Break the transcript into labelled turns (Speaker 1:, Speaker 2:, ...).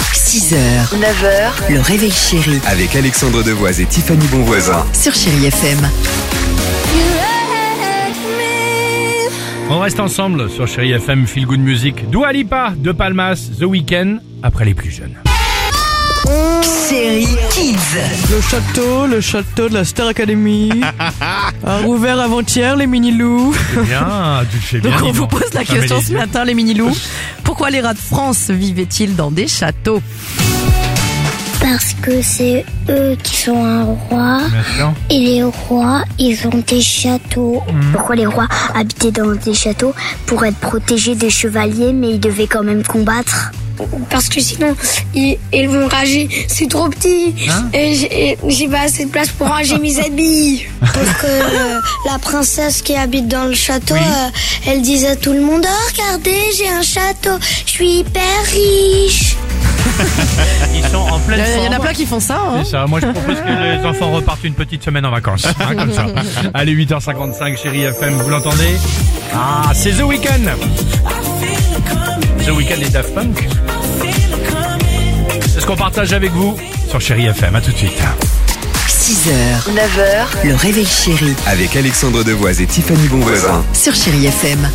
Speaker 1: 6h, 9h, le réveil chéri
Speaker 2: Avec Alexandre Devoise et Tiffany Bonvoisin.
Speaker 1: sur Chéri FM.
Speaker 3: On reste ensemble sur Chéri FM Feel Good Music. Dua Lipa, De Palmas, The Weeknd, après les plus jeunes.
Speaker 1: Chéri Kids.
Speaker 4: Le château, le château de la Star Academy. a rouvert avant-hier les mini-loups.
Speaker 3: Bien, tu le fais bien.
Speaker 4: Donc on
Speaker 3: dis
Speaker 4: vous
Speaker 3: donc.
Speaker 4: pose la
Speaker 3: Non, mais
Speaker 4: question
Speaker 3: les-
Speaker 4: ce matin, Ah, les mini-loups. Pourquoi les rats de France vivaient-ils dans des châteaux
Speaker 5: Parce que c'est eux qui sont un roi.
Speaker 3: Bien sûr.
Speaker 5: Et les rois, ils ont des châteaux. Pourquoi les rois habitaient dans des châteaux Pour être protégés des chevaliers, mais ils devaient quand même combattre.
Speaker 6: parce que sinon ils, ils vont rager. C'est trop petit
Speaker 5: Hein
Speaker 6: et j'ai- et j'ai pas assez de place pour ranger mes habits.
Speaker 5: Parce que euh, la princesse qui habite dans le château, euh, elle disait à tout le monde Oh, regardez, j'ai un château, je suis hyper riche.
Speaker 3: Ils sont en
Speaker 4: Il
Speaker 3: pleine
Speaker 4: Euh, y, en a- il y en a
Speaker 3: forme.
Speaker 4: plein qui font ça. hein.
Speaker 3: C'est ça, moi je propose que les enfants repartent une petite semaine en vacances. hein, comme ça. Allez, 8h55, Chéri FM, vous l'entendez Ah, c'est The Weeknd The Weeknd et Daft Punk. C'est ce qu'on partage avec vous sur Chéri FM. À tout de suite.
Speaker 1: 6h, 9h, le réveil chéri
Speaker 2: Avec Alexandre Devoise et Tiffany Bonvoisin.
Speaker 1: sur Chéri FM.